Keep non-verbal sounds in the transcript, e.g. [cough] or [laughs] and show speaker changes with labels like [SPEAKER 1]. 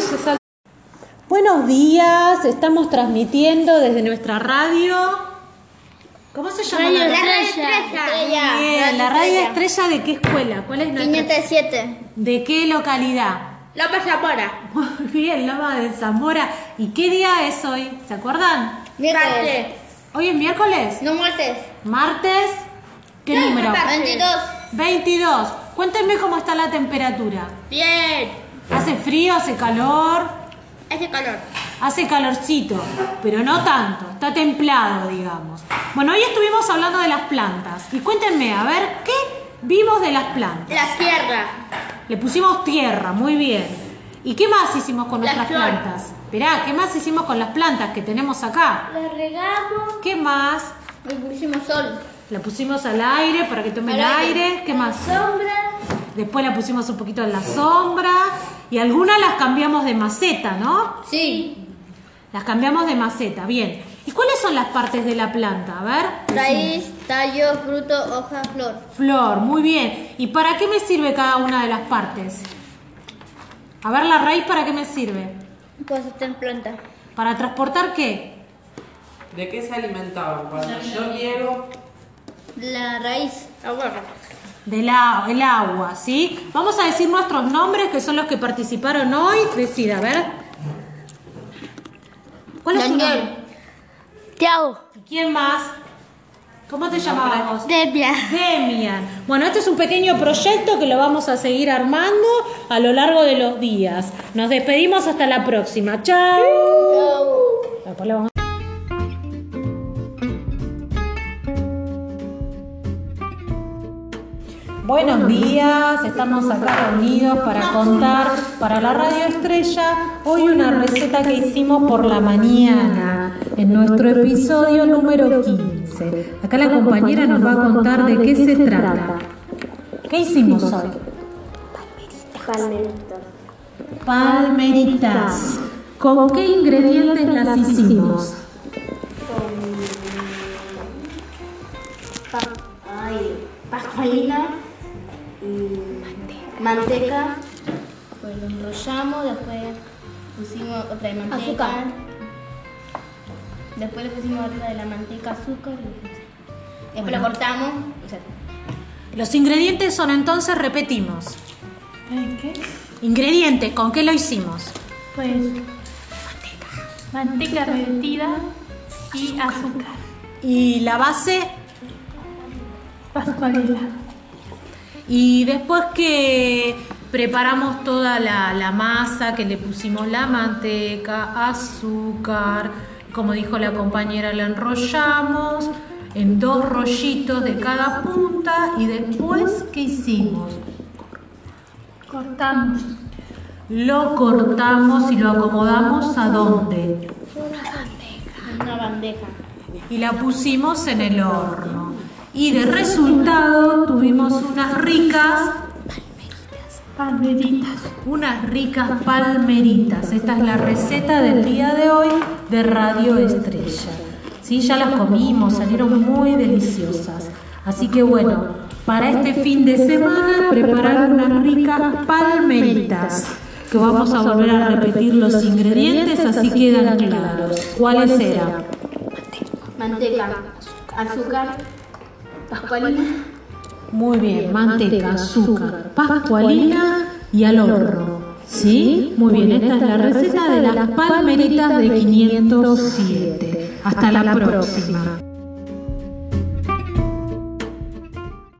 [SPEAKER 1] Susana. Buenos días, estamos transmitiendo desde nuestra radio. ¿Cómo se llama
[SPEAKER 2] Radio
[SPEAKER 1] la radio?
[SPEAKER 2] Estrella.
[SPEAKER 1] Bien, la radio estrella de qué escuela? ¿Cuál es nuestra?
[SPEAKER 2] 507.
[SPEAKER 1] ¿De qué localidad?
[SPEAKER 2] López Zamora.
[SPEAKER 1] Muy [laughs] bien, Loma de Zamora. ¿Y qué día es hoy? ¿Se acuerdan?
[SPEAKER 2] Miércoles.
[SPEAKER 1] ¿Hoy es miércoles?
[SPEAKER 2] No muertes.
[SPEAKER 1] ¿Martes? ¿Qué número?
[SPEAKER 2] 22.
[SPEAKER 1] 22. Cuéntenme cómo está la temperatura.
[SPEAKER 2] Bien.
[SPEAKER 1] ¿Hace frío? ¿Hace calor?
[SPEAKER 2] Hace calor.
[SPEAKER 1] Hace calorcito, pero no tanto. Está templado, digamos. Bueno, hoy estuvimos hablando de las plantas. Y cuéntenme, a ver, ¿qué vimos de las plantas?
[SPEAKER 2] La tierra.
[SPEAKER 1] Le pusimos tierra, muy bien. ¿Y qué más hicimos con
[SPEAKER 2] La
[SPEAKER 1] nuestras
[SPEAKER 2] flor.
[SPEAKER 1] plantas? Esperá, ¿qué más hicimos con las plantas que tenemos acá?
[SPEAKER 2] La regamos.
[SPEAKER 1] ¿Qué más?
[SPEAKER 2] Le pusimos sol.
[SPEAKER 1] La pusimos al aire para que tome el
[SPEAKER 2] Al
[SPEAKER 1] aire.
[SPEAKER 2] aire.
[SPEAKER 1] ¿Qué más?
[SPEAKER 2] Sombra.
[SPEAKER 1] Después la pusimos un poquito en la sombra. Y algunas las cambiamos de maceta, ¿no?
[SPEAKER 2] Sí.
[SPEAKER 1] Las cambiamos de maceta, bien. ¿Y cuáles son las partes de la planta? A ver.
[SPEAKER 2] Raíz, tallo, fruto, hoja, flor.
[SPEAKER 1] Flor, muy bien. ¿Y para qué me sirve cada una de las partes? A ver, la raíz, ¿para qué me sirve?
[SPEAKER 2] Pues está en planta.
[SPEAKER 1] ¿Para transportar qué?
[SPEAKER 3] ¿De qué se alimentaban? Cuando yo quiero,
[SPEAKER 2] La raíz. Agua.
[SPEAKER 1] Del a- el agua, ¿sí? Vamos a decir nuestros nombres, que son los que participaron hoy. Decida, a ver. ¿Cuál es tu nombre?
[SPEAKER 2] Tiago.
[SPEAKER 1] ¿Y ¿Quién más? ¿Cómo te llamabas vos?
[SPEAKER 2] Debia.
[SPEAKER 1] Demian. Bueno, este es un pequeño proyecto que lo vamos a seguir armando a lo largo de los días. Nos despedimos hasta la próxima. Chao. Después le vamos- Buenos días, estamos acá reunidos para contar para la Radio Estrella hoy una receta que hicimos por la mañana en nuestro episodio número 15. Acá la compañera nos va a contar de qué se trata. ¿Qué hicimos hoy? Palmeritas. ¿Con qué ingredientes las hicimos?
[SPEAKER 4] Ay, pascualina y manteca.
[SPEAKER 2] Pues lo enrollamos, después pusimos otra de manteca.
[SPEAKER 4] Azúcar.
[SPEAKER 2] Después le pusimos otra de la manteca, azúcar. y- Después lo cortamos. O sea,
[SPEAKER 1] Los ingredientes son entonces, repetimos. Ingredientes, ¿con qué lo hicimos?
[SPEAKER 5] Pues manteca derretida y azúcar.
[SPEAKER 1] Y la base,
[SPEAKER 5] Pascualina.
[SPEAKER 1] y después que preparamos toda la, la masa, que le pusimos la manteca, azúcar, como dijo la compañera, la enrollamos en dos rollitos de cada punta y después, ¿qué hicimos?
[SPEAKER 5] Cortamos.
[SPEAKER 1] Lo cortamos y lo acomodamos a dónde?
[SPEAKER 2] en una bandeja.
[SPEAKER 1] y la pusimos en el horno. Y de resultado tuvimos unas ricas,
[SPEAKER 5] Palmeritas.
[SPEAKER 1] unas ricas palmeritas. Esta es la receta del día de hoy de Radio Estrella. Sí, ya las comimos, salieron muy deliciosas. Así que bueno, para este fin de semana preparar unas ricas palmeritas que vamos a volver a repetir los ingredientes, así quedan claros. ¿Cuáles eran?
[SPEAKER 2] Manteca, azúcar, pascualina.
[SPEAKER 1] Muy bien, manteca, azúcar, pascualina y al horno. ¿Sí? Muy bien, esta es la receta de las palmeritas de 507. Hasta la próxima.